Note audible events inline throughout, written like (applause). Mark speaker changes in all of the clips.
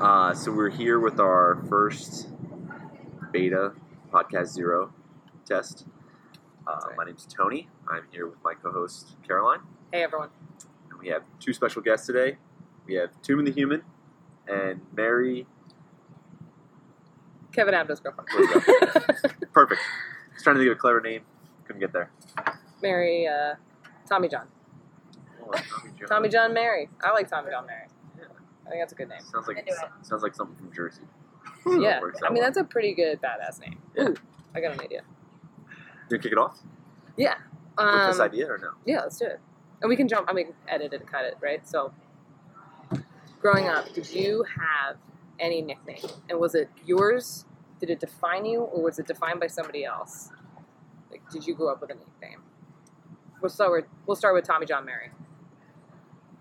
Speaker 1: Uh, so we're here with our first beta podcast zero test. Uh,
Speaker 2: That's right.
Speaker 1: My name's Tony. I'm here with my co-host Caroline,
Speaker 3: Hey everyone.
Speaker 1: and we have two special guests today. We have Tomb and the Human and Mary.
Speaker 3: Kevin Abdo's girlfriend.
Speaker 1: Perfect. I was trying to think of a clever name, couldn't get there.
Speaker 3: (laughs) Mary, uh, Tommy John.
Speaker 1: Oh, Tommy John.
Speaker 3: Tommy John Mary. I like Tommy John Mary. I think that's a good name.
Speaker 1: Sounds like
Speaker 4: Into it.
Speaker 1: sounds like something from Jersey.
Speaker 3: Yeah.
Speaker 1: Works
Speaker 3: I
Speaker 1: out
Speaker 3: mean,
Speaker 1: well.
Speaker 3: that's a pretty good badass name.
Speaker 1: Yeah.
Speaker 3: Ooh, I got an idea.
Speaker 1: you gonna kick it off
Speaker 3: Yeah.
Speaker 1: with this
Speaker 3: Um,
Speaker 1: idea or no?
Speaker 3: yeah, let's do it. And we can jump, I mean, edit it and cut it, right? So, growing up, did you have any nickname? And was it yours? Did it define you, or was it defined by somebody else? Like, did you grow up with a nickname? We'll start with, we'll start with Tommy John Mary.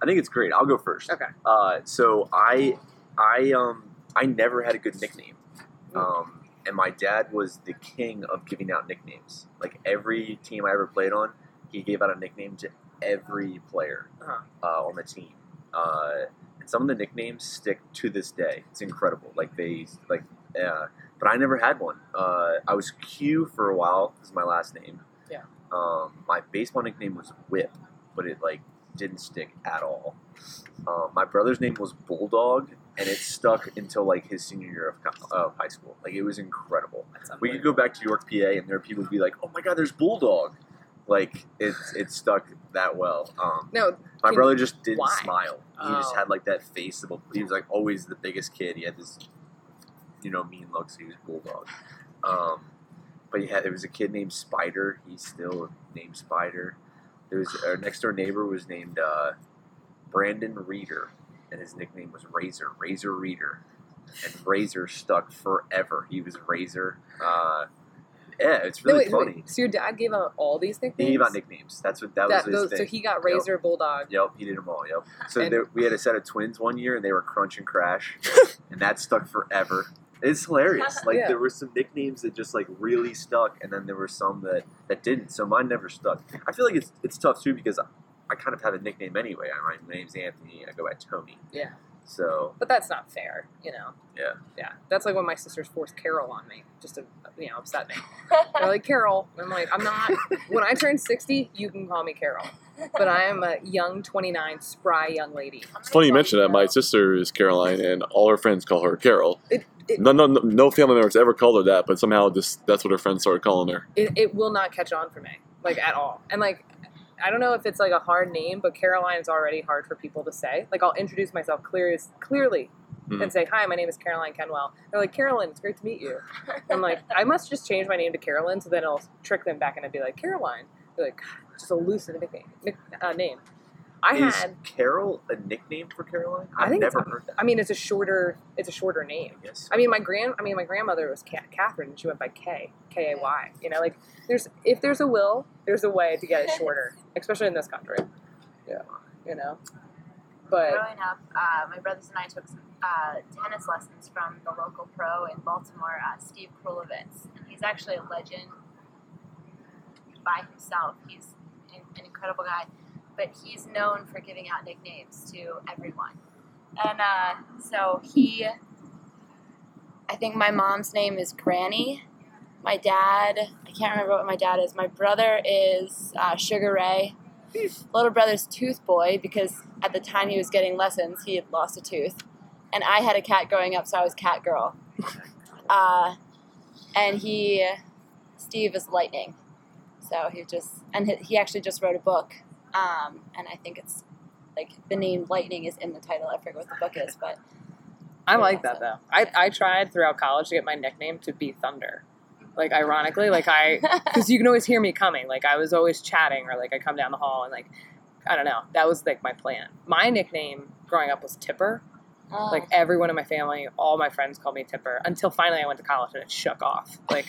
Speaker 1: I think it's great. I'll go first.
Speaker 3: Okay.
Speaker 1: Uh, so I, I um, I never had a good nickname, um, and my dad was the king of giving out nicknames. Like every team I ever played on, he gave out a nickname to every player
Speaker 3: Uh-huh.
Speaker 1: uh, on the team. Uh, and some of the nicknames stick to this day. It's incredible. Like they like, uh, but I never had one. Uh, I was Q for a while. Is my last name.
Speaker 3: Yeah.
Speaker 1: Um, my baseball nickname was Whip, but it like didn't stick at all. Um, my brother's name was Bulldog, and it stuck until like his senior year of, co- of high school. Like it was incredible. We could go back to York, PA, and there are people would be like, "Oh my God, there's Bulldog!" Like it it stuck that well. Um,
Speaker 3: No,
Speaker 1: my
Speaker 3: Can-
Speaker 1: brother just didn't
Speaker 3: why?
Speaker 1: smile. He just
Speaker 3: Oh.
Speaker 1: had like that face of a. He was like always the biggest kid. He had this, you know, mean look. So he was bulldog. Um, but he had there was a kid named Spider. He's still named Spider. There was our next door neighbor was named uh, Brandon Reader, and his nickname was Razor. Razor Reader, and Razor stuck forever. He was Razor. Uh, yeah, it's
Speaker 3: No,
Speaker 1: really
Speaker 3: wait,
Speaker 1: funny.
Speaker 3: wait. So your dad gave out all these nicknames?
Speaker 1: He gave out nicknames. That's what that, was
Speaker 3: That-
Speaker 1: his
Speaker 3: those-
Speaker 1: thing.
Speaker 3: So he got
Speaker 1: Yep.
Speaker 3: Razor Bulldog.
Speaker 1: Yep, he did them all. Yep. So
Speaker 3: And-
Speaker 1: there, we had a set of twins one year, and they were Crunch and
Speaker 3: (laughs)
Speaker 1: Crash, and that stuck forever. It's hilarious. Like
Speaker 3: Yeah.
Speaker 1: there were some nicknames that just like really stuck, and then there were some that that didn't. So mine never stuck. I feel like it's it's tough too because I kind of have a nickname anyway. I, my name's Anthony. I go by Tony.
Speaker 3: Yeah.
Speaker 1: So
Speaker 3: But that's not fair, you know.
Speaker 1: Yeah.
Speaker 3: Yeah. That's like when my sisters forced Carol on me, just to you know, upset
Speaker 1: (laughs)
Speaker 3: me. They're like Carol. And I'm like, I'm not when I turn sixty, you can call me Carol. But I am a young twenty nine spry young lady.
Speaker 4: It's
Speaker 5: It's funny you mention that. My sister is Caroline, and all her friends call her Carol.
Speaker 3: It it,
Speaker 5: No, no, no- no family members ever called her that, but somehow this, that's what her friends started calling her.
Speaker 3: it it will not catch on for me. Like at all. And like I don't know if it's like a hard name, but Caroline is already hard for people to say. Like I'll introduce myself clear as, clearly
Speaker 5: Mhm.
Speaker 3: and say, Hi, my name is Caroline Kenwell. They're like, Carolyn, it's great to meet you. I'm like, I must just change my name to Carolyn, so then it'll trick them back and I'd be like, Caroline. They're like, God, just elusive nickname, nick, uh, name. I
Speaker 1: is
Speaker 3: had,
Speaker 1: Carol a nickname for Caroline?
Speaker 3: I
Speaker 1: I've
Speaker 3: think it's-
Speaker 1: never heard that.
Speaker 3: I mean, it's a shorter, it's a shorter name.
Speaker 1: I guess.
Speaker 3: I mean, my grand, I mean, my grandmother was Ca- Catherine, and she went by K, K A Y. You know, like there's if there's a will, there's a way to get it shorter, especially in this country. Yeah, you know, but
Speaker 4: Growing up, uh, my brothers and I took some uh, tennis lessons from the local pro in Baltimore, uh, Steve Krulovitz. And he's actually a legend by himself. He's an, an incredible guy, but he's known for giving out nicknames to everyone. And uh, so he, I think my mom's name is Granny. My dad, I can't remember what my dad is. My brother is uh, Sugar Ray. Little brother's Tooth Boy because at the time he was getting lessons, he had lost a tooth. And I had a cat growing up, so I was
Speaker 3: (laughs)
Speaker 4: Cat Girl. Uh, and he, Steve is Lightning. So he just, and he- he actually just wrote a book. Um, and I think it's like the name Lightning is in the title. I forget what the book is, but
Speaker 3: I like that though. I I tried throughout college to get my nickname to be Thunder. Like ironically, like
Speaker 4: (laughs)
Speaker 3: I because you can always hear me coming. Like I was always chatting, or like I come down the hall and like I don't know. That was like my plan. My nickname growing up was Tipper.
Speaker 4: Oh,
Speaker 3: Like everyone in my family, all my friends called me Tipper until finally I went to college and it shook off. Like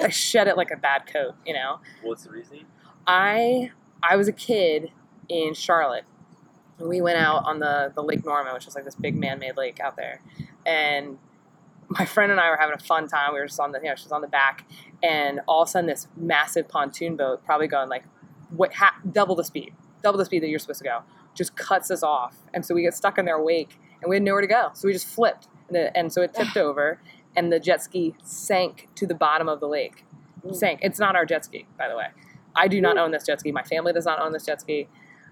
Speaker 3: I shed it like a bad coat, you know.
Speaker 1: What's the reasoning?
Speaker 3: I I was a kid in Charlotte. and We went out on the the Lake Norman, which is like this big man-made lake out there, and my friend and I were having a fun time. We were just on the you know she was on the back, and all of a sudden this massive pontoon boat, probably going like what ha- double the speed, double the speed that you're supposed to go, just cuts us off, and so we get stuck in their wake, and we had nowhere to go, so we just flipped. and, the, and so it tipped over, and the jet ski sank to the bottom of the lake. Sank. It's not our jet ski, by the way. I do not own this jet ski. My family does not own this jet ski.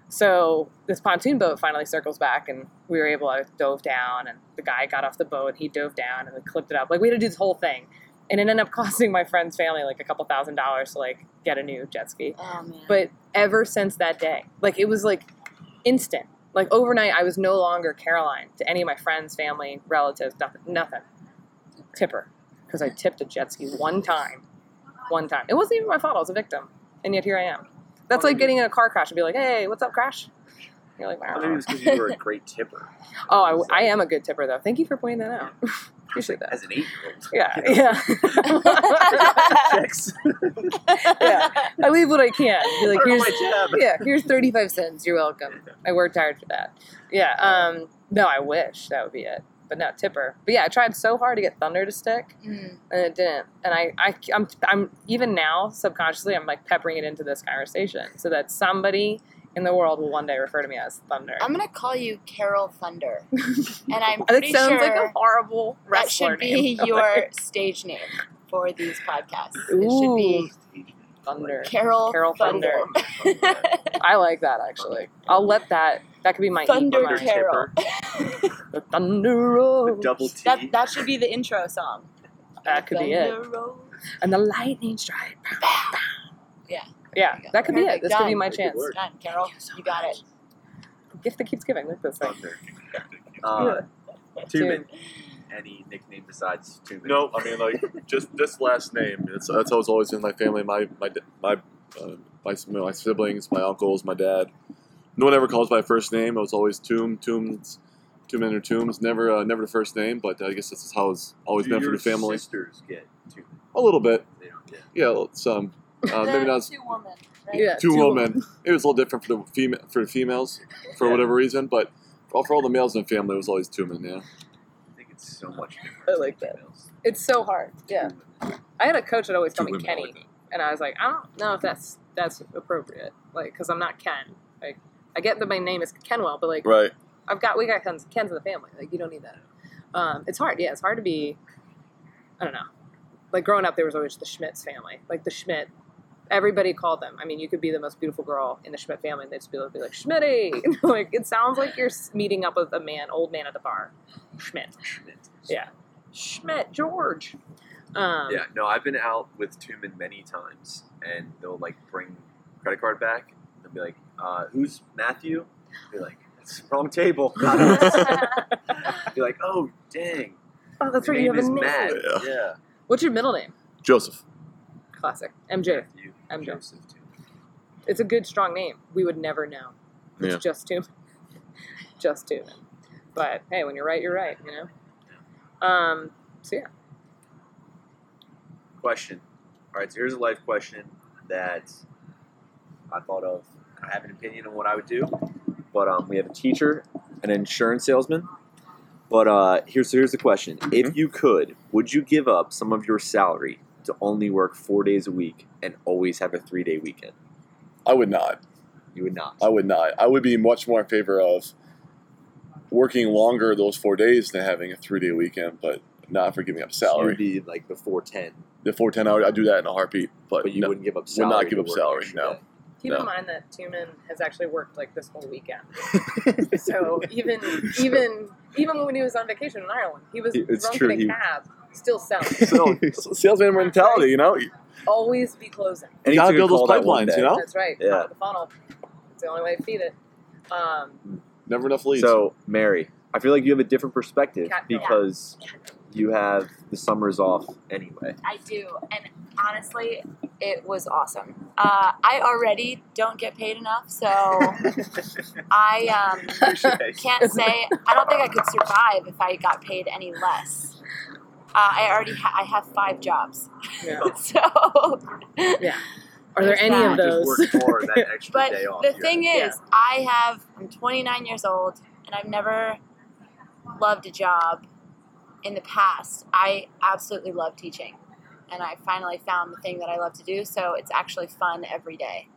Speaker 3: So this pontoon boat finally circles back, and we were able to dove down, and the guy got off the boat, and he dove down, and we clipped it up. Like we had to do this whole thing, and it ended up (laughs) costing my friend's family like a couple thousand dollars to like get a new jet ski.
Speaker 2: Oh man.
Speaker 3: But ever since that day, like it was like instant. Like overnight, I was no longer Caroline to any of my friends, family, relatives, nothing, nothing. Tipper, because I tipped a jet ski one time, one time. It wasn't even my fault. I was a victim, and yet here I am. That's like getting in a car crash and be like, "Hey, what's up, crash?" You're like,
Speaker 1: Maybe it
Speaker 3: "Wow."
Speaker 1: was because you
Speaker 3: (laughs)
Speaker 1: were a great tipper.
Speaker 3: "Oh, I, I am a good tipper, though. Thank you for pointing that out." (laughs) Appreciate that.
Speaker 1: As an eight year
Speaker 3: (laughs)
Speaker 1: old.
Speaker 3: Yeah, yeah, (laughs)
Speaker 1: Checks.
Speaker 3: yeah. I leave what I can. Be like,
Speaker 1: Like,
Speaker 3: "Here's
Speaker 1: my job.
Speaker 3: (laughs) yeah, here's 35 cents. You're welcome. I worked hard for that. Yeah. Um, no, I wish that would be it. But no, tipper. But yeah, I tried so hard to get Thunder to stick,
Speaker 4: Hmm.
Speaker 2: Mm.
Speaker 3: and it didn't. And I, I I'm, I'm even now subconsciously, I'm like peppering it into this conversation so that somebody in the world will one day refer to me as Thunder.
Speaker 2: I'm gonna call you Carol Thunder,
Speaker 3: (laughs)
Speaker 2: and I'm
Speaker 3: that
Speaker 2: pretty
Speaker 3: sounds
Speaker 2: sure
Speaker 3: like a horrible
Speaker 2: that
Speaker 3: wrestler
Speaker 2: should be
Speaker 3: name.
Speaker 2: (laughs) your stage name for these podcasts. It should be
Speaker 3: Thunder.
Speaker 2: Carol,
Speaker 3: Carol Thunder. (laughs) (laughs) I like that actually. I'll let that. That could be my
Speaker 2: Thunder
Speaker 3: email.
Speaker 2: Carol.
Speaker 3: The thunder rolls.
Speaker 1: The double T.
Speaker 2: That that should be the intro song.
Speaker 3: That could be it.
Speaker 2: Thunder rolls.
Speaker 3: and the lightning strike.
Speaker 2: Yeah.
Speaker 3: Yeah, that could be it. This could be my
Speaker 1: Perfect. Done.
Speaker 3: chance.
Speaker 1: Good
Speaker 2: Done, Carol. You, got it.
Speaker 3: Gift that keeps giving. Look at this thing.
Speaker 1: Thunder. Uh, Tubin. Any nickname besides Tubin?
Speaker 5: No, I mean like just this last name. It's that's how it's always in my family. My my my uh, my, my siblings, my uncles, my dad. No one ever calls my first name. It was always Tomb, Tombs, Tomb or Tombs. Never uh, never the first name, but I guess this is how it's always
Speaker 1: Do
Speaker 5: been for
Speaker 1: your
Speaker 5: the family.
Speaker 1: sisters get Tubin?
Speaker 5: A little bit,
Speaker 1: They don't get
Speaker 5: yeah, some. (laughs) Uh, maybe not as-
Speaker 2: two woman.
Speaker 3: Yeah,
Speaker 5: two women. It was a little different for the female for the females for
Speaker 1: Yeah.
Speaker 5: whatever reason, but for, for all the males in the family, it was always two men. Yeah.
Speaker 1: I think it's so much different.
Speaker 3: I like that. (laughs) It's so hard. Yeah, I had a coach that always
Speaker 5: Two
Speaker 3: called me
Speaker 5: women, I like
Speaker 3: Kenny,
Speaker 5: that.
Speaker 3: and I was like, I don't know if that's that's appropriate, like, because I'm not Ken. Like, I get that my name is Kenwell, but like,
Speaker 5: Right.
Speaker 3: I've got we got Ken's, Ken's in the family. Like, you don't need that. Um, it's hard. Yeah, it's hard to be. I don't know. Like growing up, there was always the Schmidt's family. Like the Schmidt, everybody called them. I mean, you could be the most beautiful girl in the Schmidt family, and they'd just be like, be like Schmitty. (laughs) like it sounds like you're s- meeting up with a man, old man at the bar, Schmidt. Yeah. Schmidt George. Um,
Speaker 1: Yeah, no, I've been out with Tubin many times, and they'll like bring credit card back. And they'll be like, uh, "Who's Matthew?" I'll be like, "That's the wrong
Speaker 5: (laughs)
Speaker 1: table." (laughs) I'll be like, "Oh, dang,
Speaker 3: (laughs) Oh, that's
Speaker 1: your
Speaker 3: right.
Speaker 1: name
Speaker 3: You have
Speaker 1: is
Speaker 3: a name.
Speaker 1: Matt."
Speaker 5: Yeah.
Speaker 1: Yeah,
Speaker 3: What's your middle name?
Speaker 5: Joseph.
Speaker 3: Classic. MJ.
Speaker 1: Matthew,
Speaker 3: I'm Joe.
Speaker 1: Joseph Tubin.
Speaker 3: It's a good, strong name. We would never know. It's
Speaker 5: Yeah.
Speaker 3: just Tubman. (laughs) just Tubman. But hey, when you're right, you're right, you know? Um, so yeah.
Speaker 1: Question. All right, so here's a life question that I thought of. I have an opinion on what I would do, but um, we have a teacher, an insurance salesman. But uh, here's here's the question: If
Speaker 5: Mm-hmm.
Speaker 1: you could, would you give up some of your salary to only work four days a week and always have a three day weekend?
Speaker 5: I would not.
Speaker 1: You would not.
Speaker 5: I would not. I would be much more in favor of working longer those four days than having a three day weekend, but not for giving up salary.
Speaker 1: You'd be like before ten,
Speaker 5: the four ten hour, I do that in a heartbeat. But,
Speaker 1: but you
Speaker 5: no,
Speaker 1: wouldn't give up
Speaker 5: would
Speaker 1: salary.
Speaker 5: not
Speaker 1: to
Speaker 5: give up
Speaker 1: work
Speaker 5: salary,
Speaker 1: extra
Speaker 5: no.
Speaker 1: day.
Speaker 3: Keep
Speaker 5: No.
Speaker 3: in mind that Tubman has actually worked like this whole weekend. so even even even when he was on vacation in Ireland, he was
Speaker 1: It's
Speaker 3: drunk
Speaker 1: true,
Speaker 3: in a
Speaker 1: he-
Speaker 3: cab, still selling.
Speaker 5: (laughs) so salesman mentality, you know. You
Speaker 3: Always be closing.
Speaker 1: And he
Speaker 5: gotta
Speaker 1: took a
Speaker 5: build those
Speaker 1: call that one
Speaker 5: pipelines,
Speaker 1: day.
Speaker 5: you know.
Speaker 3: That's right.
Speaker 1: Yeah.
Speaker 3: Top of the funnel. It's the only way to feed it. Um,
Speaker 5: Never enough leads.
Speaker 1: So, Mary, I feel like you have a different perspective
Speaker 3: Cat-
Speaker 1: because you have the summers off anyway.
Speaker 4: I do, and honestly,
Speaker 2: It was awesome. Uh, I already don't get paid enough, so I um, can't say. I don't think I could survive if I got paid any less. Uh, I already ha- I have five jobs,
Speaker 3: (laughs)
Speaker 2: (laughs)
Speaker 3: yeah.
Speaker 2: so.
Speaker 3: Are there any
Speaker 2: Yeah.
Speaker 1: Just
Speaker 3: of those? (laughs)
Speaker 1: work more that extra
Speaker 2: But
Speaker 1: day off.
Speaker 2: the
Speaker 1: here.
Speaker 2: thing
Speaker 3: Yeah.
Speaker 2: is, I have I'm 29 years old, and I've never loved a job in the past. I absolutely love teaching, and I finally found the thing that I love to do. So it's actually fun every day.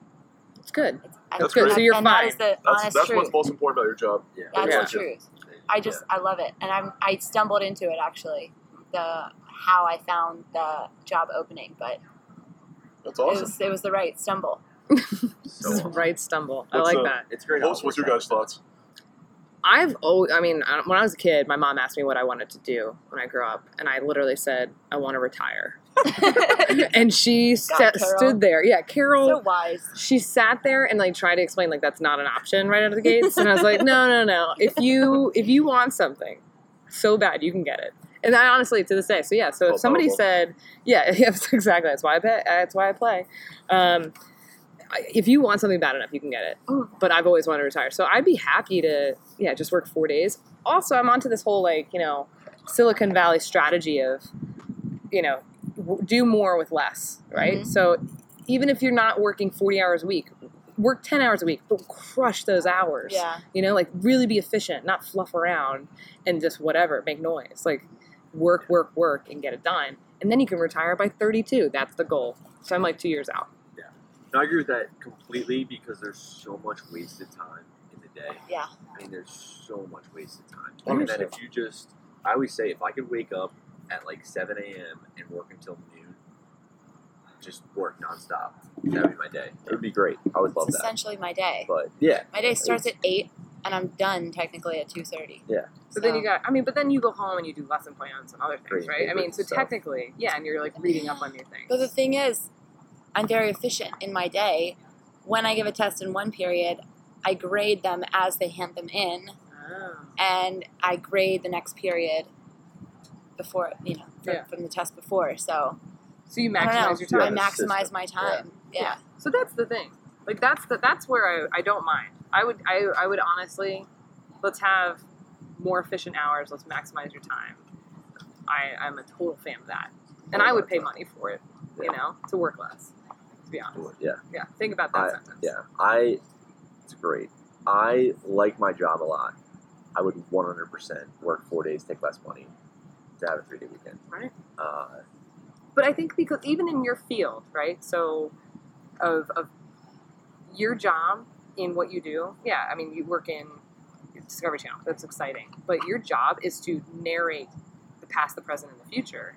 Speaker 3: It's good.
Speaker 2: It's, I-
Speaker 5: That's good.
Speaker 3: So you're
Speaker 2: and
Speaker 3: fine.
Speaker 2: That is the
Speaker 5: that's
Speaker 2: honest
Speaker 5: that's
Speaker 2: truth.
Speaker 5: what's most important about your job.
Speaker 1: yeah.
Speaker 2: That's
Speaker 3: Yeah.
Speaker 2: the truth. I just I love it, and I'm I stumbled into it actually, the how I found the job opening, but
Speaker 5: That's
Speaker 2: it
Speaker 5: awesome.
Speaker 2: was it was the right
Speaker 3: (laughs)
Speaker 2: stumble. (laughs)
Speaker 1: So
Speaker 3: This is
Speaker 1: awesome.
Speaker 3: right stumble. I
Speaker 5: What's
Speaker 3: like
Speaker 5: up?
Speaker 3: that.
Speaker 1: It's great. how
Speaker 5: What's,
Speaker 1: it
Speaker 5: what's your
Speaker 1: works
Speaker 5: guys'
Speaker 1: out.
Speaker 5: thoughts?
Speaker 3: I've always, I mean, I- when I was a kid, my mom asked me what I wanted to do when I grew up, and I literally said, I want
Speaker 2: (laughs)
Speaker 3: to retire. and she
Speaker 2: God,
Speaker 3: sta-
Speaker 2: Carol.
Speaker 3: stood there. Yeah, Carol.
Speaker 2: so wise.
Speaker 3: she sat there and like tried to explain like that's not an option right out of the gates and i was like no no no if you if you want something so bad you can get it and i honestly to this day so yeah so if
Speaker 5: Well,
Speaker 3: somebody
Speaker 5: probable.
Speaker 3: said yeah (laughs) yes, exactly that's why i bet that's why i play um, I- if you want something bad enough you can get it
Speaker 2: Mm.
Speaker 3: but i've always wanted to retire so i'd be happy to yeah just work four days also i'm onto this whole like you know silicon valley strategy of you know w- do more with less right
Speaker 2: Mhm.
Speaker 3: so even if you're not working 40 hours a week work 10 hours a week but crush those hours
Speaker 2: Yeah.
Speaker 3: you know like really be efficient not fluff around and just whatever make noise like work work work and get it done and then you can retire by 32 that's the goal so i'm like two years out
Speaker 1: No, I agree with that completely because there's so much wasted time in the day.
Speaker 2: Yeah.
Speaker 1: I mean, there's so much wasted time.
Speaker 3: I
Speaker 1: And then
Speaker 3: understand.
Speaker 1: if you just, I always say, if I could wake up at like 7 a.m. and work until noon, just work nonstop, that would be my day. It would be great. I would love
Speaker 2: It's
Speaker 1: that.
Speaker 2: essentially my day.
Speaker 1: But yeah,
Speaker 2: My day starts at eight, and I'm done technically at two thirty.
Speaker 1: Yeah.
Speaker 3: but then you got i mean but then you go home and you do lesson plans and other
Speaker 1: Great
Speaker 3: things right i
Speaker 1: papers
Speaker 3: mean
Speaker 1: and
Speaker 3: so
Speaker 1: stuff.
Speaker 3: technically yeah and you're like reading up on new things
Speaker 2: But the thing is, I'm very efficient in my day. When I give a test in one period, I grade them as they hand them in,
Speaker 3: Oh.
Speaker 2: and I grade the next period before you know from,
Speaker 3: Yeah.
Speaker 2: from the test before. So
Speaker 3: so you
Speaker 2: I don't know.
Speaker 3: maximize your time
Speaker 2: I
Speaker 1: Yeah, the
Speaker 2: maximize
Speaker 1: system.
Speaker 2: my time. Yeah.
Speaker 3: So that's the thing. Like that's the, that's where I, I don't mind. I would I, I would honestly let's have more efficient hours, let's maximize your time. I, I'm a total fan of that. And I would pay money for it, you know, to work less. To be honest.
Speaker 1: yeah,
Speaker 3: Yeah. Think about that
Speaker 1: I-
Speaker 3: sentence.
Speaker 1: yeah. I, it's great. I like my job a lot. I would 100% work four days, take less money to have a three day weekend.
Speaker 3: Right.
Speaker 1: Uh,
Speaker 3: But I think because even in your field, right? So of of your job in what you do, yeah, I mean you work in Discovery Channel, that's exciting. But your job is to narrate the past, the present, and the future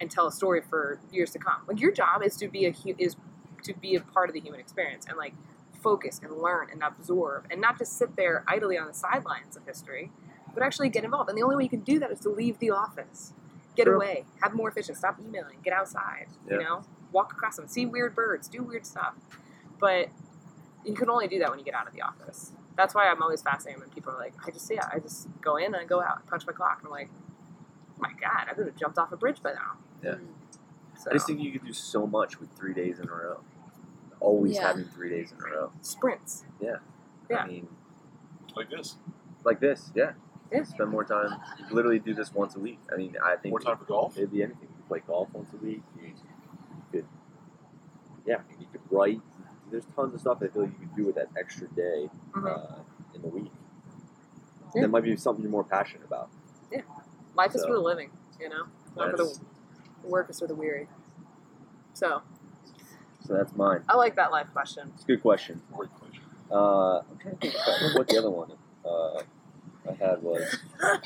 Speaker 3: and tell a story for years to come. Like your job is to be a hu- is to be a part of the human experience and like focus and learn and absorb and not just sit there idly on the sidelines of history, but actually get involved. And the only way you can do that is to leave the office, get
Speaker 1: True.
Speaker 3: away, have more efficient, stop emailing, get outside, you
Speaker 1: Yeah.
Speaker 3: know, walk across them, see weird birds, do weird stuff. But you can only do that when you get out of the office. That's why I'm always fascinated when people are like, I just yeah, I just go in and I go out, punch my clock, and I'm like, "Oh my God, I could have jumped off a bridge by now.
Speaker 1: Yeah.
Speaker 3: So
Speaker 1: I just think you could do so much with three days in a row. Always
Speaker 2: Yeah.
Speaker 1: having three days in a row.
Speaker 3: sprints. Yeah.
Speaker 1: I mean,
Speaker 5: Like this.
Speaker 1: like this, yeah.
Speaker 3: Yeah.
Speaker 1: Spend more time. You could literally do this once a week. I mean, I think
Speaker 5: More time for golf.
Speaker 1: it'd be anything. You could play golf once a week. You could, yeah, I mean, you could write. There's tons of stuff I feel you could do with that extra day uh, in the week.
Speaker 3: Mm-hmm. Yeah.
Speaker 1: That might be something you're more passionate about.
Speaker 3: Life is
Speaker 1: So-
Speaker 3: for the living, you know. Not for the
Speaker 1: That's-
Speaker 3: work is for the weary. So
Speaker 1: So that's mine.
Speaker 3: I like that life question. (laughs)
Speaker 1: It's a good question.
Speaker 5: Great question.
Speaker 1: Uh, I'm trying to think about what the other one uh, I had was.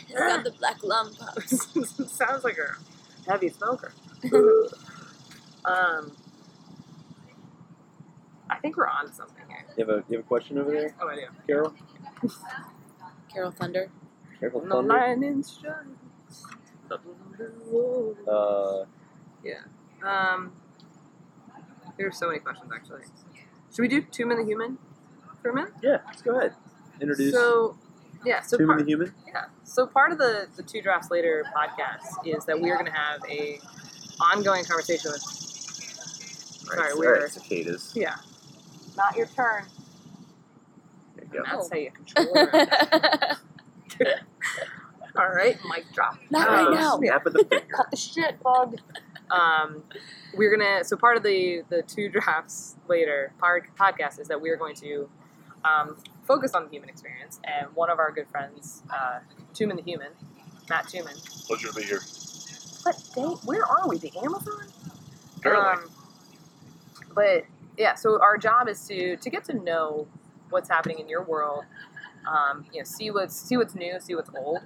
Speaker 2: He's got the black lung pops.
Speaker 3: Sounds like a
Speaker 1: (laughs)
Speaker 3: heavy smoker. um, I think we're on something here.
Speaker 1: You have a you have a question over there,
Speaker 3: Oh, I do.
Speaker 1: Carol?
Speaker 2: Carol Thunder.
Speaker 1: Carol
Speaker 3: When the
Speaker 1: Thunder.
Speaker 3: lightning strikes the blue.
Speaker 1: Uh,
Speaker 3: Um, there's so many questions actually. Should we do two minute human for a minute?
Speaker 1: yeah, let's go ahead. Introduce
Speaker 3: So, yeah. So
Speaker 1: Human
Speaker 3: part,
Speaker 1: the Human.
Speaker 3: Yeah. So part of the the two drafts later podcast is that we are going to have a ongoing conversation with. Sorry,
Speaker 1: Alright,
Speaker 3: we're-
Speaker 1: alright, cicadas.
Speaker 3: Yeah. Not your turn.
Speaker 1: There you go.
Speaker 3: That's how you control.
Speaker 4: (laughs)
Speaker 3: it. All right, mic drop.
Speaker 2: (laughs) Not
Speaker 1: Uh,
Speaker 2: right
Speaker 3: Um,
Speaker 2: now.
Speaker 1: Snap of the finger.
Speaker 3: Cut the shit, bug. Um, we're gonna. So part of the the two drafts later pod, podcast is that we are going to um, focus on the human experience, and one of our good friends, uh, Tumen the Human, Matt Tumen.
Speaker 5: Pleasure to be here.
Speaker 3: What day? Where are we? The Amazon.
Speaker 5: Apparently.
Speaker 3: Um, but yeah, so our job is to to get to know what's happening in your world, Um, you know, see what's see what's new, see what's old.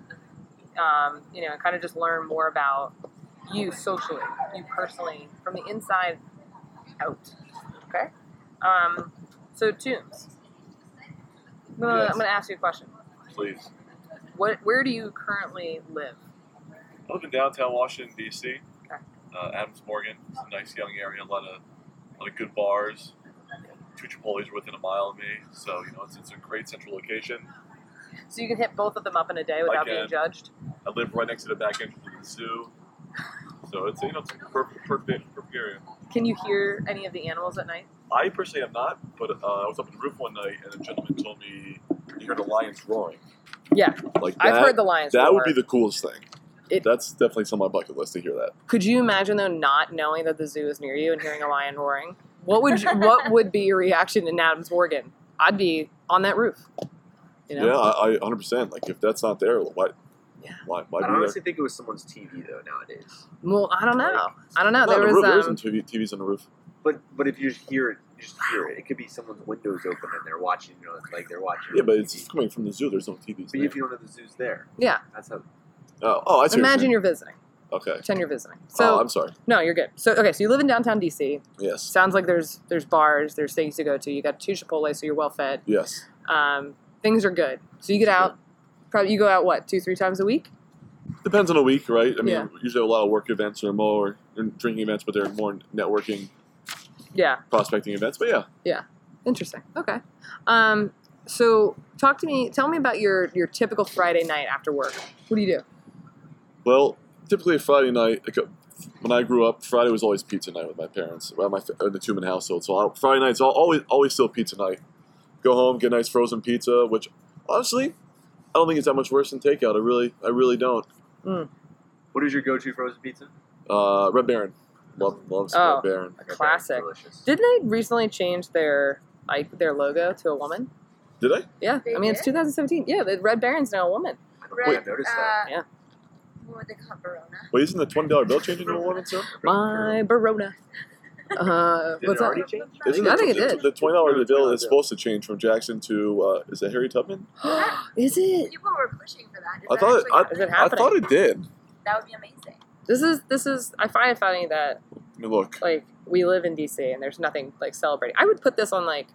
Speaker 3: Um, you know, kind of just learn more about you socially, you personally, from the inside out. Okay. Um, so tunes. I'm gonna,
Speaker 5: Yes.
Speaker 3: I'm gonna ask you a question.
Speaker 5: Please.
Speaker 3: What, where do you currently live?
Speaker 5: I live in downtown Washington D.C.
Speaker 3: Okay.
Speaker 5: Uh, Adams Morgan. It's a nice young area. A lot of, a lot of good bars. Two Chipotle's are within a mile of me, so you know it's, it's a great central location.
Speaker 3: So you can hit both of them up in a day without being
Speaker 5: can.
Speaker 3: judged.
Speaker 5: I live right next to the back entrance of the zoo, so it's you know it's a perfect perfect, perfect area.
Speaker 3: Can you hear any of the animals at night?
Speaker 5: I personally am not, but uh, I was up on the roof one night and a gentleman told me you heard the lions roaring.
Speaker 3: Yeah,
Speaker 5: Like that,
Speaker 3: I've heard the lions.
Speaker 5: that
Speaker 3: roar.
Speaker 5: would be the coolest thing.
Speaker 3: It-
Speaker 5: That's definitely on my bucket list to hear that.
Speaker 3: Could you imagine though not knowing that the zoo is near you and hearing a lion roaring? What would you, what would be your reaction in Adams Morgan? I'd be on that roof. You know?
Speaker 5: Yeah, I, I 100%. Like if that's not there, why,
Speaker 3: Yeah.
Speaker 5: why, why
Speaker 1: I
Speaker 5: be there?
Speaker 1: honestly think it was someone's TV though nowadays.
Speaker 3: Well, I don't know. I don't know.
Speaker 5: Not on
Speaker 3: There
Speaker 5: the
Speaker 3: was
Speaker 5: roof. there
Speaker 3: um,
Speaker 5: isn't TV, TVs on the roof.
Speaker 1: But but if you just hear it, you just hear it. It could be someone's windows open and they're watching. You know, like they're watching.
Speaker 5: Yeah,
Speaker 1: on
Speaker 5: but
Speaker 1: TV.
Speaker 5: it's coming from the zoo. There's no TVs.
Speaker 1: But
Speaker 5: there.
Speaker 1: if you don't know the zoo's there,
Speaker 3: yeah.
Speaker 1: that's how.
Speaker 5: oh, oh, I see. what
Speaker 3: Imagine
Speaker 5: you're
Speaker 3: you're visiting.
Speaker 5: saying. okay.
Speaker 3: Pretend you're visiting.
Speaker 5: oh,
Speaker 3: So
Speaker 5: I'm sorry.
Speaker 3: no, you're good. So okay, so you live in downtown DC.
Speaker 5: Yes,
Speaker 3: Sounds like there's there's bars, there's things to go to. You got two Chipotle, so you're well fed.
Speaker 5: yes.
Speaker 3: Um, things are good. So you get out. Probably you go out what two three times a week.
Speaker 5: Depends on a week, right? I mean,
Speaker 3: Yeah.
Speaker 5: usually a lot of work events or more or drinking events, but they're more networking,
Speaker 3: Yeah.
Speaker 5: prospecting events. But yeah,
Speaker 3: Interesting. Okay. Um, so talk to me. Tell me about your your typical Friday night after work. What do you do?
Speaker 5: Well, typically a Friday night, like uh, when I grew up, Friday was always pizza night with my parents, well, my fa- in the Tumen household. So I, Friday nights al- always always still pizza night. Go home, get a nice frozen pizza, which honestly, I don't think it's that much worse than takeout. I really, I really don't.
Speaker 1: What is your go-to frozen pizza?
Speaker 5: Uh, Red Baron, love loves
Speaker 3: Oh.
Speaker 5: Red Baron.
Speaker 1: Like, they're
Speaker 3: Classic.
Speaker 1: Delicious.
Speaker 3: Didn't they recently change their like their logo to a woman?
Speaker 5: Did I?
Speaker 3: Yeah.
Speaker 4: They
Speaker 3: I mean, it's
Speaker 4: did?
Speaker 3: 2017. Yeah, the Red Baron's now a woman.
Speaker 1: I don't think
Speaker 4: Red,
Speaker 1: I noticed
Speaker 4: uh,
Speaker 1: that.
Speaker 3: Yeah.
Speaker 4: What would they call it, Verona?
Speaker 5: Wait, isn't the twenty dollar bill changing to a woman soon?
Speaker 3: My Barona. Uh,
Speaker 1: Did
Speaker 3: what's
Speaker 1: it
Speaker 3: up?
Speaker 1: already change?
Speaker 5: Isn't
Speaker 3: I
Speaker 5: the,
Speaker 3: think it
Speaker 5: the-
Speaker 3: did.
Speaker 5: the twenty dollar bill is
Speaker 1: Yeah.
Speaker 5: supposed to change from Jackson to uh, is it Harry Tubman?
Speaker 3: (gasps) Is it?
Speaker 4: People were pushing for that. Is
Speaker 5: I
Speaker 4: that
Speaker 5: thought-
Speaker 4: actually
Speaker 5: I-
Speaker 3: Is it
Speaker 5: I
Speaker 3: happening?
Speaker 5: thought it did.
Speaker 4: That would be amazing.
Speaker 3: This is this is. I find it funny that
Speaker 5: I mean, look,
Speaker 3: like we live in DC and there's nothing like celebrating. I would put this on like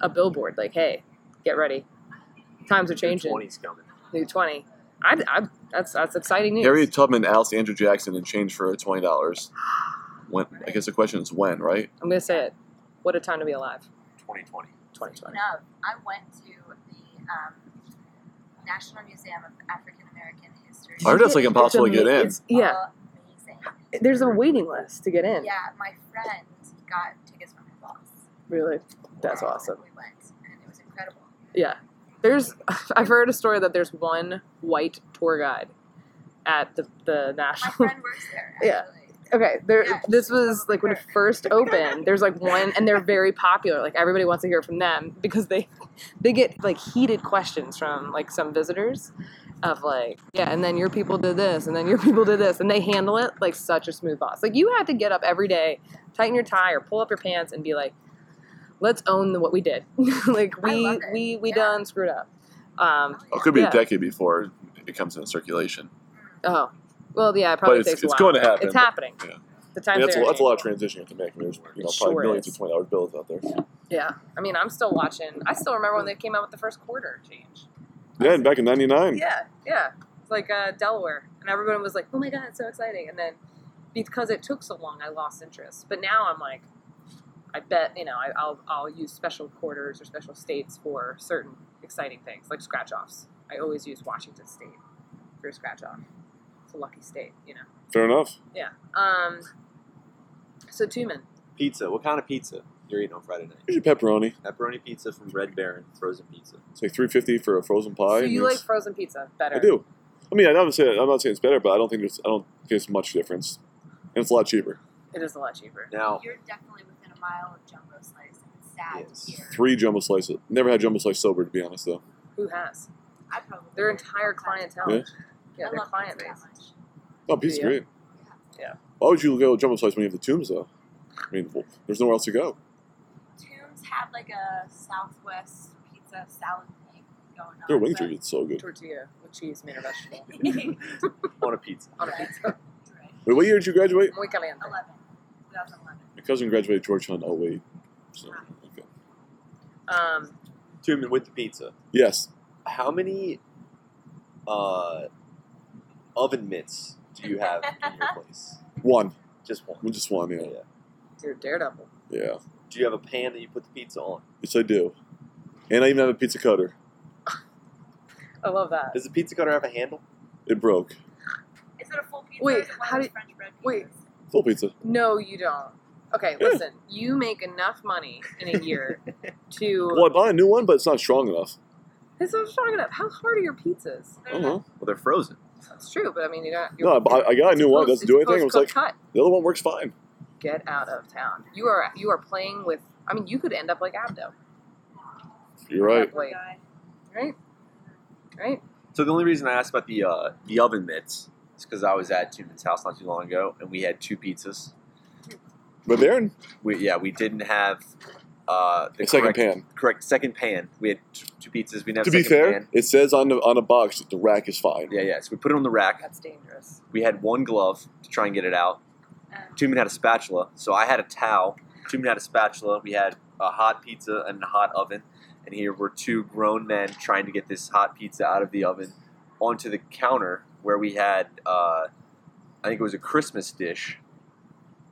Speaker 3: a billboard. Like, hey, get ready. uh, Times are changing.
Speaker 1: Twenties coming.
Speaker 3: new 20. I, I, that's that's exciting news.
Speaker 5: Harriet Tubman ousted Andrew Jackson and changed for twenty dollars. When I guess the question is when, right?
Speaker 3: I'm going to say it. What a time to be alive.
Speaker 1: Twenty twenty.
Speaker 3: 2020.
Speaker 4: Speaking of, I went to the um, National Museum of African American History.
Speaker 5: I heard that's like
Speaker 3: It's
Speaker 5: impossible to get
Speaker 3: ama-
Speaker 5: in.
Speaker 3: it's- yeah.
Speaker 4: Amazing.
Speaker 3: Uh, There's a waiting list to get in.
Speaker 4: Yeah, my friend got tickets from her boss.
Speaker 3: Really. That's
Speaker 4: Wow.
Speaker 3: awesome.
Speaker 4: We went, and it was incredible.
Speaker 3: Yeah. There's (laughs) I've heard a story that there's one white tour guide at the the
Speaker 4: My
Speaker 3: national
Speaker 4: friend works there.
Speaker 3: (laughs) Yeah.
Speaker 4: Actually.
Speaker 3: Okay, there.
Speaker 4: Yeah.
Speaker 3: This was like when it first opened. There's like one, and they're very popular. Like everybody wants to hear from them because they, they get like heated questions from like some visitors, of like, yeah, and then your people did this, and then your (laughs) people did this, and they handle it like such a smooth boss. Like you had to get up every day, tighten your tie or pull up your pants, and be like, let's own what we did. (laughs) like
Speaker 4: I
Speaker 3: we
Speaker 4: love it.
Speaker 3: we we
Speaker 4: Yeah.
Speaker 3: done screwed up. Um,
Speaker 5: Oh, it could be
Speaker 3: Yeah.
Speaker 5: a decade before it comes into circulation.
Speaker 3: oh, well, yeah, it probably
Speaker 5: it's-
Speaker 3: takes a
Speaker 5: it's
Speaker 3: while.
Speaker 5: going to happen,
Speaker 3: It's
Speaker 5: but-
Speaker 3: happening.
Speaker 5: yeah.
Speaker 3: The
Speaker 5: I
Speaker 3: time
Speaker 5: mean, that's, a, that's a lot of transition you have to make. I mean, there's you know
Speaker 3: It
Speaker 5: probably
Speaker 3: sure
Speaker 5: millions
Speaker 3: is.
Speaker 5: of twenty dollar bills out there.
Speaker 3: Yeah, I mean, I'm still watching. I still remember when they came out with the first quarter change.
Speaker 5: Yeah, and back in '99.
Speaker 3: Yeah, yeah. It's like uh, Delaware, and everyone was like, "Oh my god, it's so exciting!" And then because it took so long, I lost interest. But now I'm like, I bet you know, I, I'll I'll use special quarters or special states for certain exciting things, like scratch offs. I always use Washington State for a scratch off. It's a lucky state, you know.
Speaker 5: Fair enough.
Speaker 3: Yeah. Um. So Tumen.
Speaker 1: Pizza. What kind of pizza you're eating on Friday night?
Speaker 5: Here's your pepperoni.
Speaker 1: Pepperoni pizza from Red Baron, frozen pizza.
Speaker 5: It's like three fifty for a frozen pie.
Speaker 3: so
Speaker 5: I mean,
Speaker 3: you like
Speaker 5: it's-
Speaker 3: frozen pizza better?
Speaker 5: I do. I mean, I don't say I'm not saying it's better, but I don't think there's I don't think it's much difference, and it's a lot cheaper.
Speaker 3: It is a lot cheaper.
Speaker 1: Now,
Speaker 4: You're definitely within a mile of Jumbo Slice. and It's sad
Speaker 1: Yes.
Speaker 4: to hear.
Speaker 5: Three jumbo slices. Never had jumbo slice sober, to be honest though.
Speaker 3: Who has
Speaker 4: I probably
Speaker 3: their
Speaker 4: would.
Speaker 3: entire clientele?
Speaker 5: Yeah.
Speaker 3: Yeah,
Speaker 4: I
Speaker 3: their
Speaker 4: love
Speaker 3: client
Speaker 4: pizza
Speaker 3: base.
Speaker 4: that much.
Speaker 5: Oh, pizza's
Speaker 3: Yeah.
Speaker 5: great.
Speaker 3: Yeah.
Speaker 5: Why would you go jumbo slice when you have the tombs though? I mean, well, there's nowhere else to go.
Speaker 4: Tombs had like a Southwest pizza salad thing going on.
Speaker 5: Their wing
Speaker 4: but- (laughs)
Speaker 5: treatment's so good.
Speaker 3: tortilla with cheese made of vegetable
Speaker 1: on a pizza.
Speaker 3: on a
Speaker 4: Right.
Speaker 3: pizza.
Speaker 4: Right.
Speaker 5: Wait, what year did you graduate?
Speaker 3: Muy caliente.
Speaker 4: 11. 2011.
Speaker 5: My cousin graduated Georgetown in 08. So, okay.
Speaker 3: Um,
Speaker 1: Tumen with the pizza.
Speaker 5: Yes.
Speaker 1: How many uh, oven mitts do you have in your
Speaker 3: (laughs)
Speaker 1: place?
Speaker 5: One.
Speaker 1: Just one.
Speaker 5: We just one, yeah.
Speaker 3: you're daredevil.
Speaker 5: Yeah.
Speaker 1: Do you have a pan that you put the pizza on?
Speaker 5: Yes, I do. And I even have a pizza cutter.
Speaker 3: I love that.
Speaker 1: Does the pizza cutter have a handle?
Speaker 5: It broke.
Speaker 4: Is it a full pizza?
Speaker 3: Wait,
Speaker 4: or is it one
Speaker 3: how
Speaker 4: of
Speaker 3: do-
Speaker 4: those French bread
Speaker 3: wait.
Speaker 4: pizzas?
Speaker 5: Full pizza.
Speaker 3: No, you don't. Okay,
Speaker 5: Yeah.
Speaker 3: listen. You make enough money in a (laughs) year to.
Speaker 5: Well, I bought a new one, but it's not strong enough.
Speaker 3: This is strong enough. How hard are your pizzas?
Speaker 5: I don't know.
Speaker 1: Well, they're frozen.
Speaker 3: It's true, but I mean, you got.
Speaker 5: Uh-huh. No, I, bought, I got a new one. It doesn't do anything. I was like,
Speaker 3: cut.
Speaker 5: the other one works fine.
Speaker 3: Get out of town. You are you are playing with. I mean, you could end up like Abdo,
Speaker 5: You're right.
Speaker 4: Poor
Speaker 3: Wait.
Speaker 4: guy.
Speaker 3: right? Right?
Speaker 1: So the only reason I asked about the uh, the oven mitts is because I was at Tumen's house not too long ago, and we had two pizzas.
Speaker 5: But Baron,
Speaker 1: We yeah, we didn't have uh, the
Speaker 5: a second
Speaker 1: correct,
Speaker 5: pan.
Speaker 1: correct second pan. We had t- two pizzas. We didn't have
Speaker 5: To be
Speaker 1: second
Speaker 5: fair,
Speaker 1: pan.
Speaker 5: it says on the on a box that the rack is fine.
Speaker 1: Yeah, yeah. So we put it on the rack.
Speaker 3: That's dangerous.
Speaker 1: We had one glove to try and get it out.
Speaker 3: Oh.
Speaker 4: Um,
Speaker 1: Tumen had a spatula, so I had a towel. Tumen had a spatula. We had a hot pizza and a hot oven, and here were two grown men trying to get this hot pizza out of the oven onto the counter where we had, uh, I think it was a Christmas dish.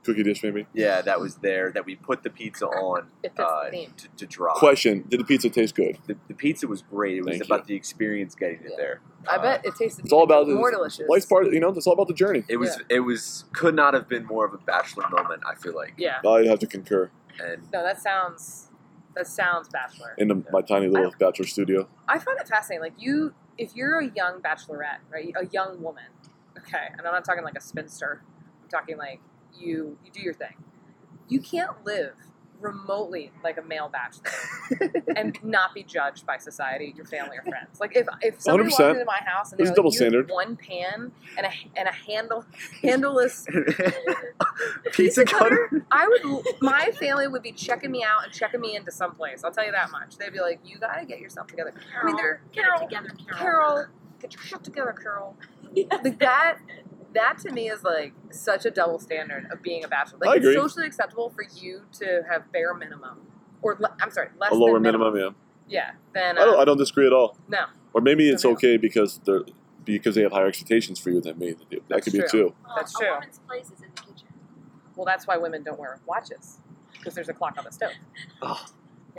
Speaker 5: Cookie dish, maybe.
Speaker 1: Yeah, that was there that we put the pizza on
Speaker 3: It fits
Speaker 1: uh,
Speaker 3: the theme.
Speaker 1: to, to dry.
Speaker 5: Question: Did the pizza taste good?
Speaker 1: The, the pizza was great. It was
Speaker 5: Thank
Speaker 1: about
Speaker 5: you.
Speaker 1: the experience getting it
Speaker 3: Yeah.
Speaker 1: there.
Speaker 3: I
Speaker 1: Uh,
Speaker 3: bet it tasted
Speaker 5: It's all
Speaker 3: even
Speaker 5: about the
Speaker 3: more delicious.
Speaker 5: Life's part. You know, it's all about the journey.
Speaker 1: It was. It was. Could not have been more of a bachelor moment. I feel like.
Speaker 3: Yeah.
Speaker 5: I'd have to concur.
Speaker 1: And
Speaker 3: (laughs)
Speaker 1: (laughs)
Speaker 3: No, that sounds that sounds bachelor.
Speaker 5: In the, my tiny little bachelor studio,
Speaker 3: I find it fascinating. Like you, if you're a young bachelorette, right, a young woman, okay, and I'm not talking like a spinster. I'm talking like you, you do your thing. You can't live remotely like a male bachelor
Speaker 5: (laughs)
Speaker 3: and not be judged by society, your family, or friends. Like if if somebody walked
Speaker 5: 100%.
Speaker 3: into my house and they're
Speaker 5: There's a
Speaker 3: like,
Speaker 5: double
Speaker 3: "You have
Speaker 5: standard.
Speaker 3: one pan and a and a handle, handleless
Speaker 1: pizza cutter.
Speaker 3: I would. My family would be checking me out and checking me into someplace. I'll tell you that much. They'd be like, "You gotta get yourself together." I mean, they're
Speaker 4: Get it together,
Speaker 3: Carol, get your shit together, Carol. Like that. That to me is like such a double standard of being a bachelor. Like
Speaker 5: I agree.
Speaker 3: it's socially acceptable for you to have bare minimum, or le- I'm sorry, less
Speaker 5: a lower
Speaker 3: than
Speaker 5: minimum.
Speaker 3: Yeah. Then
Speaker 5: Yeah, I don't. I don't disagree at all.
Speaker 3: no.
Speaker 5: Or maybe
Speaker 3: No,
Speaker 5: it's
Speaker 3: no.
Speaker 5: okay because they're because they have higher expectations for you than me. That
Speaker 3: That's
Speaker 5: could be
Speaker 3: true. (laughs)
Speaker 5: too.
Speaker 4: Well,
Speaker 3: That's
Speaker 4: a
Speaker 3: true.
Speaker 4: woman's place is in the kitchen.
Speaker 3: Well, that's why women don't wear watches because there's a clock on the stove.
Speaker 1: Oh.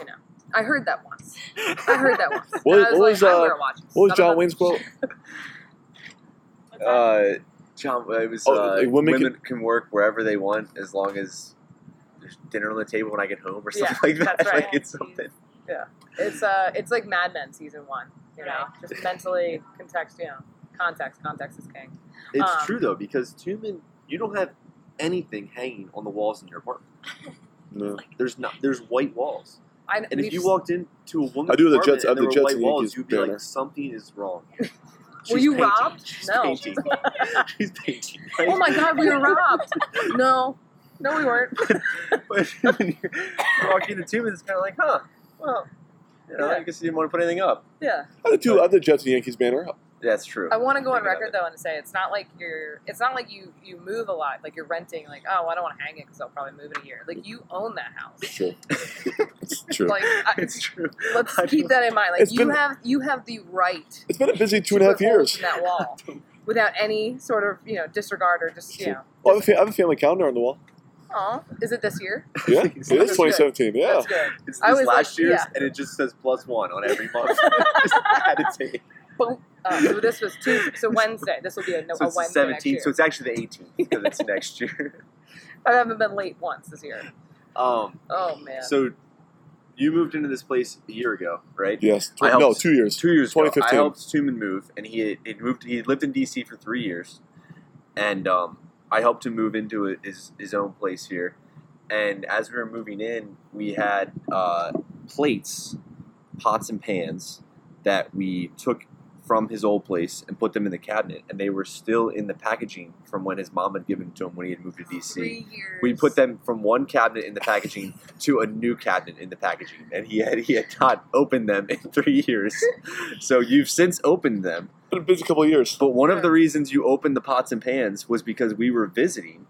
Speaker 3: You know, I heard that once. I heard that once.
Speaker 5: (laughs) What-
Speaker 3: And I was
Speaker 5: what
Speaker 3: like,
Speaker 5: was,
Speaker 3: I
Speaker 5: uh,
Speaker 3: wear watches.
Speaker 5: What was
Speaker 3: I don't
Speaker 5: John
Speaker 3: know. (laughs)
Speaker 5: Wayne's quote?
Speaker 4: What's that?
Speaker 1: Uh, John, it was
Speaker 5: Oh,
Speaker 1: uh,
Speaker 5: like women
Speaker 1: women, can, work wherever they want as long as there's dinner on the table when I get home or something (laughs)
Speaker 3: Yeah,
Speaker 1: like that.
Speaker 3: that's right.
Speaker 1: Like it's something. (laughs)
Speaker 3: It's uh, it's like Mad Men season one. You know,
Speaker 4: Right.
Speaker 3: just mentally context. You know, context. Context is king.
Speaker 1: It's
Speaker 3: Um,
Speaker 1: true though because Tumen, you don't have anything hanging on the walls in your apartment.
Speaker 5: No.
Speaker 1: There's not. There's white walls,
Speaker 3: I,
Speaker 1: and if
Speaker 3: we've-
Speaker 1: you walked into a woman's
Speaker 5: I do the
Speaker 1: apartment
Speaker 5: Jets- I
Speaker 1: and
Speaker 5: do
Speaker 1: there were
Speaker 5: Jets
Speaker 1: white
Speaker 5: and
Speaker 1: walls,
Speaker 5: Yankees
Speaker 1: you'd be
Speaker 5: banner.
Speaker 1: like, something is wrong.
Speaker 3: were
Speaker 1: She's
Speaker 3: you
Speaker 1: painting.
Speaker 3: robbed?
Speaker 1: She's
Speaker 3: no. (laughs)
Speaker 1: painting. She's painting. right?
Speaker 3: Oh my God,
Speaker 5: (laughs)
Speaker 3: we were robbed. No, no, we weren't.
Speaker 1: But when you're
Speaker 3: (laughs)
Speaker 1: walking into Tumen, it's kind of like, huh? Well, you know,
Speaker 3: Yeah.
Speaker 1: I guess you didn't want to put anything up.
Speaker 3: Yeah,
Speaker 5: I did two. I did Jets and
Speaker 3: (laughs)
Speaker 5: Yankees banner.
Speaker 1: That's true.
Speaker 3: I want to go on
Speaker 1: Thinking of
Speaker 3: record
Speaker 1: it.
Speaker 3: though and say it's not like you're. It's not like you you move a lot. Like you're renting. Like oh, I don't want to hang it because I'll probably move in a year. Like you own that house.
Speaker 5: It's true. (laughs) it's true.
Speaker 3: Like I,
Speaker 1: (laughs) It's true.
Speaker 3: let's
Speaker 1: I
Speaker 3: keep
Speaker 1: don't-
Speaker 3: that in mind. Like
Speaker 5: It's
Speaker 3: you
Speaker 5: been-
Speaker 3: have you have the right
Speaker 5: It's been a busy two and a half
Speaker 3: put holes
Speaker 5: years.
Speaker 3: in
Speaker 5: (laughs)
Speaker 3: that wall without any sort of you know disregard or just you know.
Speaker 5: Well, Oh, I, have a fa- I have a family calendar on
Speaker 3: (laughs)
Speaker 5: the wall.
Speaker 3: Aw, is it this year?
Speaker 1: (laughs)
Speaker 5: Yeah, it
Speaker 1: It's
Speaker 5: is
Speaker 1: good.
Speaker 5: 2017. Yeah,
Speaker 3: That's good.
Speaker 1: It's
Speaker 3: I
Speaker 1: this
Speaker 3: was
Speaker 1: last
Speaker 3: like,
Speaker 1: year's,
Speaker 3: yeah.
Speaker 1: and it just says plus one on every
Speaker 3: (laughs)
Speaker 1: month. (laughs) Just add a day.
Speaker 3: Uh, so this was Tuesday.
Speaker 1: (laughs)
Speaker 3: So Wednesday. This will be a, no,
Speaker 1: so
Speaker 3: a
Speaker 1: it's the
Speaker 3: Wednesday next year.
Speaker 1: seventeenth. So it's actually the eighteenth because
Speaker 3: (laughs)
Speaker 1: it's next year.
Speaker 3: I haven't been late once this year.
Speaker 1: Um,
Speaker 3: Oh man.
Speaker 1: so you moved into this place a year ago, right?
Speaker 5: yes. Tw-
Speaker 1: I helped.
Speaker 5: no, two years.
Speaker 1: Two years. ago. I
Speaker 5: 2015.
Speaker 1: helped Tumen move, and he he moved. He lived in DC for three years, and um, I helped him move into a, his his own place here. And as we were moving in, we had uh, plates, pots and pans that we took from his old place and put them in the cabinet, and they were still in the packaging from when his mom had given them to him when he had moved to DC.
Speaker 3: Three years.
Speaker 1: We put them from one cabinet in the packaging to a new cabinet in the packaging, and he had he had not opened them in three years. So you've since opened them.
Speaker 5: Been a busy couple of years.
Speaker 3: Oh,
Speaker 1: But one of the reasons you opened the pots and pans was because we were visiting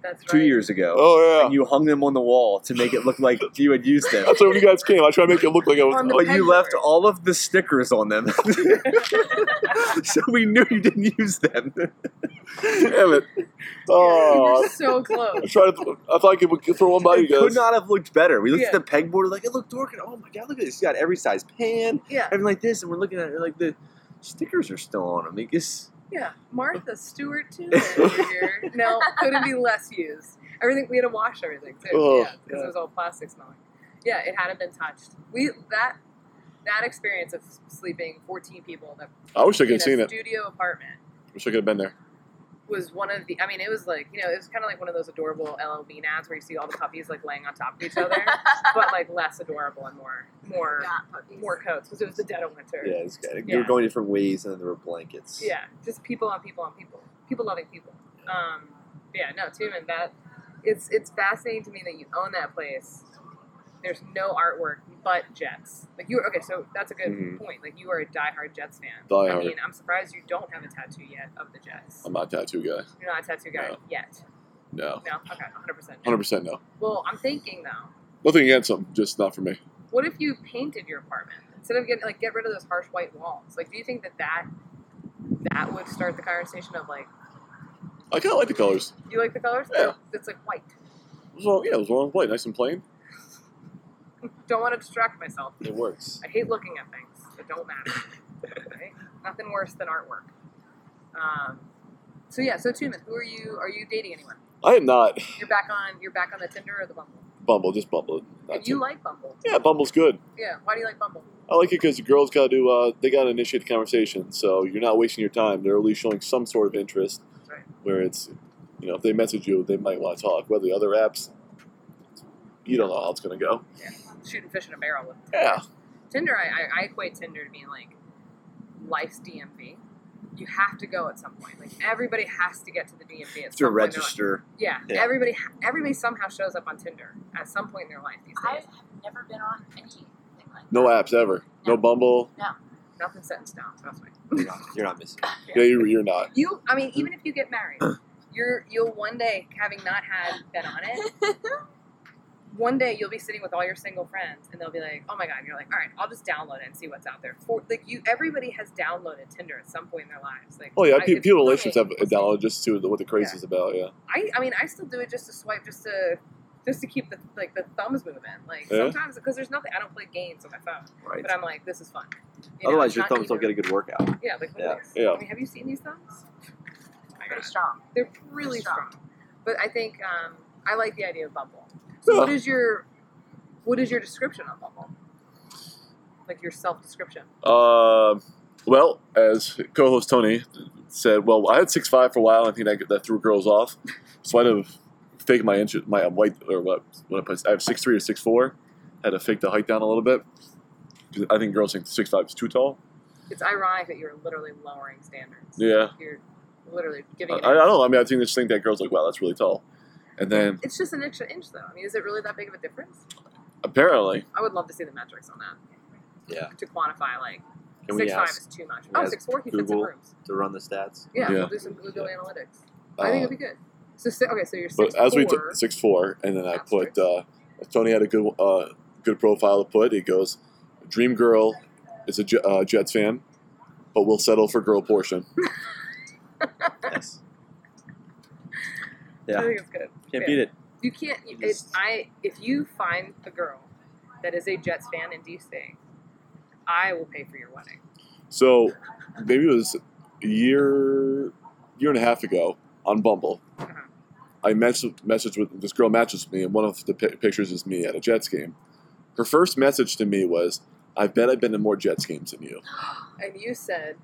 Speaker 3: That's right.
Speaker 1: two years ago,
Speaker 5: Oh
Speaker 1: and
Speaker 5: yeah.
Speaker 1: you hung them on the wall to make it look like you had used them.
Speaker 5: That's why when you guys came, I tried to make it look like I was.
Speaker 3: On the (laughs)
Speaker 1: But you left
Speaker 3: Pegboard.
Speaker 1: all of the stickers on them, (laughs) so we knew you didn't use them.
Speaker 5: damn it.
Speaker 3: You
Speaker 5: Oh,
Speaker 1: (laughs)
Speaker 3: were so close.
Speaker 5: I tried to. I thought I could throw one by you
Speaker 1: It
Speaker 5: guys.
Speaker 1: could not have looked better. We looked
Speaker 3: Yeah.
Speaker 1: at the pegboard, like it looked dorky. Oh my god, look at this! You got every size pan,
Speaker 3: Yeah,
Speaker 1: everything like this, and we're looking at it like the stickers are still on them. I guess
Speaker 3: yeah. Martha Stewart too.
Speaker 1: (laughs)
Speaker 3: over here. Now, couldn't be less used. Everything we had to wash everything too.
Speaker 5: Oh,
Speaker 3: yeah, because it was all plastic smelling. Yeah, it hadn't been touched. We that that experience of sleeping 14 people that
Speaker 5: I wish I could
Speaker 3: in
Speaker 5: have seen
Speaker 3: a
Speaker 5: it.
Speaker 3: studio apartment
Speaker 5: Wish I could have been there.
Speaker 3: was one of the. I mean, it was like you know, it was kind of like one of those adorable LL Bean ads where you see all the puppies like laying on top of each other, but like less adorable and more more
Speaker 4: Not puppies.
Speaker 3: more coats because it was the dead of winter.
Speaker 1: yeah, it's good.
Speaker 3: Yeah.
Speaker 1: You were going different ways, and then there were blankets.
Speaker 3: Yeah, just people on people on people, people loving people. Um, yeah, no, Tumen, that it's it's fascinating to me that you own that place. There's no artwork but Jets. Like you, okay, so that's a good
Speaker 1: Mhm.
Speaker 3: point. Like you are a diehard Jets fan.
Speaker 5: Die
Speaker 3: I
Speaker 5: hard.
Speaker 3: mean, I'm surprised you don't have a tattoo yet of the Jets.
Speaker 5: I'm not a tattoo guy.
Speaker 3: You're not a tattoo guy
Speaker 5: Um, No.
Speaker 3: yet.
Speaker 5: No,
Speaker 3: No, okay, 100. percent
Speaker 5: hundred percent no.
Speaker 3: Well, I'm thinking though,
Speaker 5: Nothing against them, just not for me.
Speaker 3: what if you painted your apartment instead of getting like get rid of those harsh white walls? Like, do you think that that that would start the conversation of like
Speaker 5: I kind of like the colors.
Speaker 3: You like the colors?
Speaker 5: Yeah.
Speaker 3: It's like white.
Speaker 5: It was all, yeah, it was all in white, nice and plain.
Speaker 3: Don't want to distract myself.
Speaker 1: it works.
Speaker 3: I hate looking at things that don't matter. right? Nothing worse than artwork. Um, so yeah, so Tumen, who are you? Are you dating anyone?
Speaker 5: I am not
Speaker 3: You're back on. You're back on the Tinder or the Bumble.
Speaker 5: Bumble, just Bumble. Not
Speaker 3: And you
Speaker 5: Tinder.
Speaker 3: like Bumble.
Speaker 5: yeah, Bumble's good.
Speaker 3: Yeah. Why do you like Bumble?
Speaker 5: I like it because the girls got to uh, they got to initiate the conversation, so you're not wasting your time. They're at least showing some sort of interest.
Speaker 3: That's right.
Speaker 5: Where it's, you know, if they message you, they might want to talk. Whether the other apps, you don't know how it's gonna go.
Speaker 3: Shooting fish in a barrel with
Speaker 5: Yeah,
Speaker 3: Tinder. I, I, I equate Tinder to being like life's DMV. You have to go at some point. Like everybody has to get to the DMV at some
Speaker 1: To
Speaker 3: point. They're like,
Speaker 1: register,
Speaker 3: Yeah,
Speaker 1: Yeah.
Speaker 3: everybody everybody somehow shows up on Tinder at some point in their life these
Speaker 4: I
Speaker 3: days.
Speaker 4: have never been on anything like
Speaker 5: no apps ever. No,
Speaker 4: No.
Speaker 5: Bumble.
Speaker 3: Nothing set in stone. Trust me.
Speaker 1: you're not, you're not missing.
Speaker 5: Yeah, you, you're not.
Speaker 3: You, I mean, even if you get
Speaker 5: (clears throat)
Speaker 3: married, you're you'll one day having not had been on it. One day you'll be sitting with all your single friends, and they'll be like, "Oh my god!" And you're like, "All right, I'll just download it and see what's out there." For like you, everybody has downloaded Tinder at some point in their lives. Like,
Speaker 5: Oh yeah,
Speaker 3: I-
Speaker 5: pe-
Speaker 3: it's
Speaker 5: people
Speaker 3: really
Speaker 5: relationships have a
Speaker 3: interesting.
Speaker 5: dollar just to what the craze is about. Yeah,
Speaker 3: I, I mean, I still do it just to swipe, just to, just to keep the like the thumbs moving. Like
Speaker 5: Yeah.
Speaker 3: sometimes because there's nothing. I don't play games on my phone.
Speaker 1: Right.
Speaker 3: but I'm like, this is fun. You know,
Speaker 1: Otherwise,
Speaker 3: it's
Speaker 1: your
Speaker 3: not
Speaker 1: thumbs don't
Speaker 3: even-
Speaker 1: get a good workout.
Speaker 3: Yeah, like look
Speaker 1: Yeah.
Speaker 3: at this.
Speaker 5: Yeah.
Speaker 3: I mean, have you seen these thumbs? My
Speaker 4: pretty
Speaker 3: gosh,
Speaker 4: strong.
Speaker 3: they're really strong.
Speaker 4: Strong.
Speaker 3: But I think um, I like the idea of Bumble. So, what
Speaker 5: Yeah.
Speaker 3: is your what is your description on Bumble? Like your self description.
Speaker 5: Um, well, as co-host Tony said, well, I had six five for a while. I think that that threw girls off, so I'd have faked my inch, my white or what? What I put? I have six three or six four. Had to fake the height down a little bit 'Cause I think girls think six five is too tall.
Speaker 3: It's ironic that you're literally lowering standards.
Speaker 5: Yeah,
Speaker 3: You're literally
Speaker 5: I,
Speaker 3: giving.
Speaker 5: I
Speaker 3: It
Speaker 5: don't. know. I mean, I think they just think that girls like, wow, that's really tall, and then
Speaker 3: It's just an extra inch, though. I mean, is it really that big of a difference?
Speaker 5: apparently,
Speaker 3: I would love to see the metrics on that.
Speaker 1: Yeah.
Speaker 3: To quantify, like
Speaker 1: Can we
Speaker 3: six five
Speaker 1: ask
Speaker 3: is too much.
Speaker 1: can we
Speaker 3: Oh,
Speaker 1: ask
Speaker 3: six four, he fits in
Speaker 1: Google?
Speaker 3: rooms.
Speaker 1: to run the stats?
Speaker 3: Yeah,
Speaker 5: Yeah.
Speaker 3: we'll do some Google
Speaker 1: Yeah.
Speaker 3: Analytics.
Speaker 5: uh,
Speaker 3: I think it'd be good. So si- okay, so you're six
Speaker 5: but as we
Speaker 3: four.
Speaker 5: took six four, and then I
Speaker 3: That's
Speaker 5: put uh, Tony had a good uh, good profile to put. He goes, "Dream girl is a J- uh, Jets fan, but we'll settle for girl portion."
Speaker 1: Yes,
Speaker 3: I
Speaker 1: yeah.
Speaker 3: think it's good.
Speaker 1: can't
Speaker 3: Yeah.
Speaker 1: beat it.
Speaker 3: You can't. You, it, I if you find the girl that is a Jets fan in DC, I will pay for your wedding.
Speaker 5: So maybe it was a year year and a half ago on Bumble. I messaged, messaged with this girl matches with me, and one of the pi pictures is me at a Jets game. Her first message to me was, "I bet I've been to more Jets games than you.
Speaker 3: And you said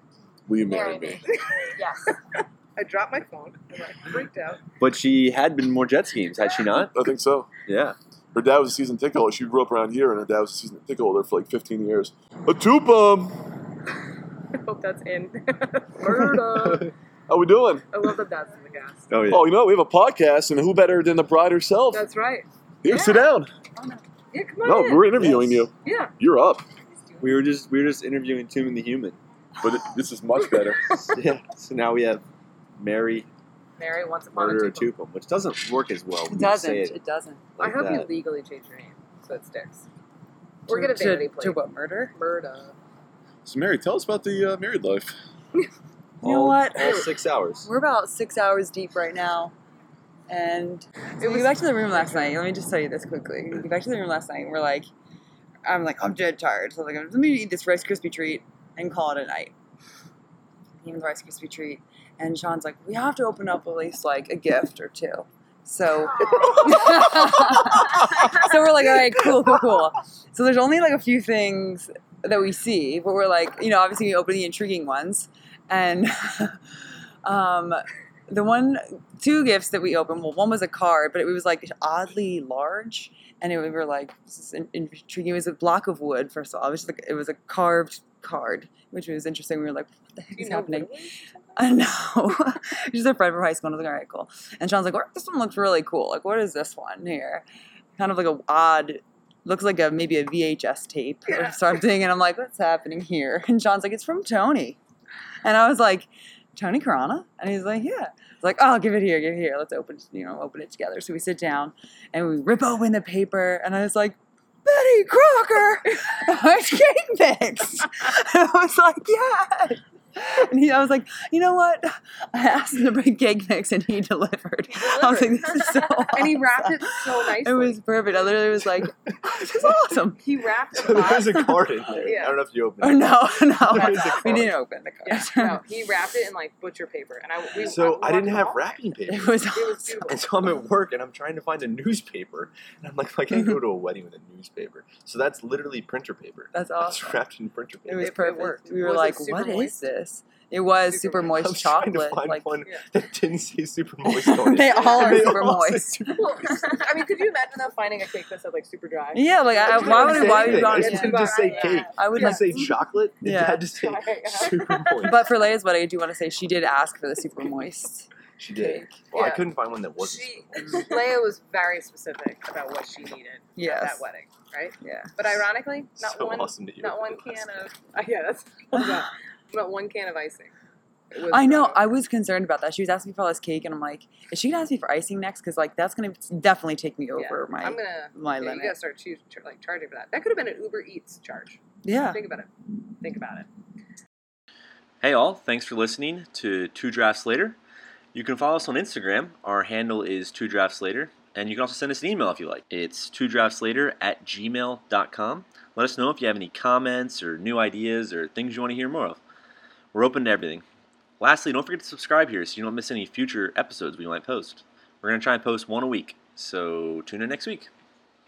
Speaker 5: Will you marry me?"
Speaker 4: Marry Yes.
Speaker 6: Uh,
Speaker 3: I dropped my phone. and I freaked out. (laughs)
Speaker 1: But she had been more Jets games, had she
Speaker 5: (laughs)
Speaker 1: not?
Speaker 5: I think so.
Speaker 1: Yeah.
Speaker 5: Her dad was a season ticket holder. She grew up around here, and her dad was a season ticket holder for like 15 years. A two bum.
Speaker 3: that's in (laughs) Florida.
Speaker 5: How we doing?
Speaker 3: I love that that's in the
Speaker 1: (laughs)
Speaker 3: cast.
Speaker 7: Oh yeah.
Speaker 5: Oh, you know, we have a podcast, and who better than the bride herself?
Speaker 3: That's right.
Speaker 5: Here, sit down.
Speaker 3: Yeah, come on
Speaker 5: No,
Speaker 3: in.
Speaker 5: we're interviewing
Speaker 1: Yes.
Speaker 5: you.
Speaker 3: yeah.
Speaker 5: You're up.
Speaker 1: We were just we were just interviewing Tim and the Human.
Speaker 3: (laughs)
Speaker 5: But it, this is much better.
Speaker 1: yeah. So now we have Mary
Speaker 3: Mary once upon
Speaker 1: Murder
Speaker 3: a
Speaker 1: or Tupum, which doesn't work as well.
Speaker 6: It
Speaker 1: when you
Speaker 6: doesn't.
Speaker 1: say it
Speaker 6: It doesn't.
Speaker 3: I
Speaker 1: like
Speaker 3: hope
Speaker 1: that.
Speaker 3: you legally change your name so it sticks. We're
Speaker 6: To-
Speaker 3: gonna vanity
Speaker 6: to, to
Speaker 3: plate.
Speaker 6: what murder?
Speaker 3: Murda.
Speaker 5: So, Mary, tell us about the uh, married life.
Speaker 6: You know
Speaker 1: All-
Speaker 6: what?
Speaker 1: All six hours.
Speaker 6: (sighs) We're about six hours deep right now, and so we got back to the room last night. Let me just tell you this quickly. We got back to the room last night. and We're like, I'm like, I'm dead tired. So I was like, let me eat this Rice Krispie treat and call it a night. Even the Rice Krispie treat, and Sean's like, we have to open up at least like a gift or two.
Speaker 3: (laughs)
Speaker 6: So (laughs) so we're like, all right, cool, cool, cool. So there's only like a few things that we see, but we're like, you know, obviously we open the intriguing ones, and (laughs) um, the one, two gifts that we opened. Well, one was a card, but it was like oddly large, and it, we were like, this is in- intriguing. It was a block of wood. First of all, it was like it was a carved card, which was interesting. We were like, what the heck is happening? (laughs) I know. (laughs) She's a friend from high school. And I was like, all right, cool. And Sean's like, "Well, this one looks really cool. Like, what is this one here? Kind of like a odd, looks like a maybe a VHS tape or something. And I'm like, what's happening here? And Sean's like, it's from Tony. And I was like, Tony Carana? And he's like, yeah. I was like, oh, give it here, give it here. Let's open, you know, open it together. So we sit down and we rip open the paper. And I was like, Betty Crocker, (laughs) ice cake mix. (laughs) And I was like, yeah. And he, I was like, you know what? I asked him to bring cake mix and he delivered. I was like, this is so awesome. (laughs)
Speaker 3: And he wrapped it so
Speaker 6: It
Speaker 3: nicely.
Speaker 6: was perfect. I literally was like, this is awesome.
Speaker 3: he
Speaker 6: (laughs)
Speaker 3: wrapped the
Speaker 1: So there's
Speaker 3: box.
Speaker 1: a card in there.
Speaker 3: Yeah.
Speaker 1: I don't know if you
Speaker 6: Or
Speaker 1: opened it.
Speaker 6: no, (laughs) no.
Speaker 1: There's a
Speaker 6: We
Speaker 1: card.
Speaker 6: didn't open the
Speaker 3: (laughs) Yeah,
Speaker 6: card. (laughs)
Speaker 3: no, he wrapped it in like butcher paper, and I we
Speaker 1: So
Speaker 3: I,
Speaker 1: I didn't have
Speaker 3: wrap.
Speaker 1: wrapping
Speaker 6: (laughs)
Speaker 1: paper.
Speaker 6: It was
Speaker 3: It was
Speaker 6: awesome. (laughs)
Speaker 3: doodles.
Speaker 1: And so I'm at work and I'm trying to find a newspaper. And I'm like, I can't go to a wedding with a newspaper. So that's literally printer paper.
Speaker 6: That's
Speaker 1: That's
Speaker 6: awesome.
Speaker 1: wrapped in printer
Speaker 6: Oh.
Speaker 1: paper.
Speaker 6: It was
Speaker 3: It- it
Speaker 6: perfect.
Speaker 3: worked.
Speaker 6: We
Speaker 3: It
Speaker 6: were
Speaker 3: was,
Speaker 6: like,
Speaker 3: like,
Speaker 6: what is
Speaker 3: super moist.
Speaker 6: this? It was
Speaker 3: Super
Speaker 6: super
Speaker 1: I
Speaker 6: moist
Speaker 1: was trying to
Speaker 6: chocolate.
Speaker 1: find
Speaker 6: Like,
Speaker 1: one
Speaker 3: Yeah.
Speaker 1: that didn't say super moist
Speaker 6: (laughs)
Speaker 1: on it.
Speaker 6: they all are
Speaker 1: They
Speaker 6: super
Speaker 1: all say
Speaker 6: moist.
Speaker 1: super-
Speaker 3: Well, (laughs) I mean, could you imagine them finding a cake that said like super dry?
Speaker 6: (laughs) Yeah, like, I,
Speaker 1: It didn't
Speaker 6: why would
Speaker 1: say
Speaker 6: why would you
Speaker 1: anything.
Speaker 6: want
Speaker 1: It
Speaker 6: to?
Speaker 1: didn't just say cake.
Speaker 6: I
Speaker 1: It
Speaker 6: would
Speaker 1: didn't
Speaker 6: like
Speaker 1: say chocolate. It
Speaker 6: Yeah.
Speaker 1: had to say
Speaker 3: Yeah.
Speaker 1: super moist.
Speaker 6: But for Leia's wedding, I do want to say she did ask for the super moist
Speaker 1: she did.
Speaker 6: cake.
Speaker 1: Well, I
Speaker 3: Yeah.
Speaker 1: couldn't find one that wasn't.
Speaker 3: She, Leia was very specific about what she needed at
Speaker 6: Yes.
Speaker 3: that wedding, right?
Speaker 6: Yeah.
Speaker 3: But ironically,
Speaker 5: (laughs)
Speaker 3: not
Speaker 1: so
Speaker 3: one,
Speaker 1: awesome that you
Speaker 3: not one
Speaker 1: opened it
Speaker 3: can
Speaker 1: last
Speaker 3: of (laughs) uh, yeah, that's not, not one can of icing. It was
Speaker 6: I know.
Speaker 3: really-
Speaker 6: I was concerned about that. She was asking me for all this cake, and I'm like, is she gonna ask me for icing next? Because like that's gonna definitely take me over my
Speaker 3: I'm gonna.
Speaker 6: my
Speaker 3: yeah, you
Speaker 6: limit.
Speaker 3: gotta start choo- char- like charging for that. That could have been an Uber Eats charge.
Speaker 6: Yeah.
Speaker 3: Think about it. Think about it.
Speaker 8: Hey, all. Thanks for listening to Two Drafts Later. You can follow us on Instagram. Our handle is Two Drafts Later. And you can also send us an email if you like. It's two drafts later at gmail.com. Let us know if you have any comments or new ideas or things you want to hear more of. We're open to everything. Lastly, don't forget to subscribe here so you don't miss any future episodes we might post. We're going to try and post one a week. So tune in next week.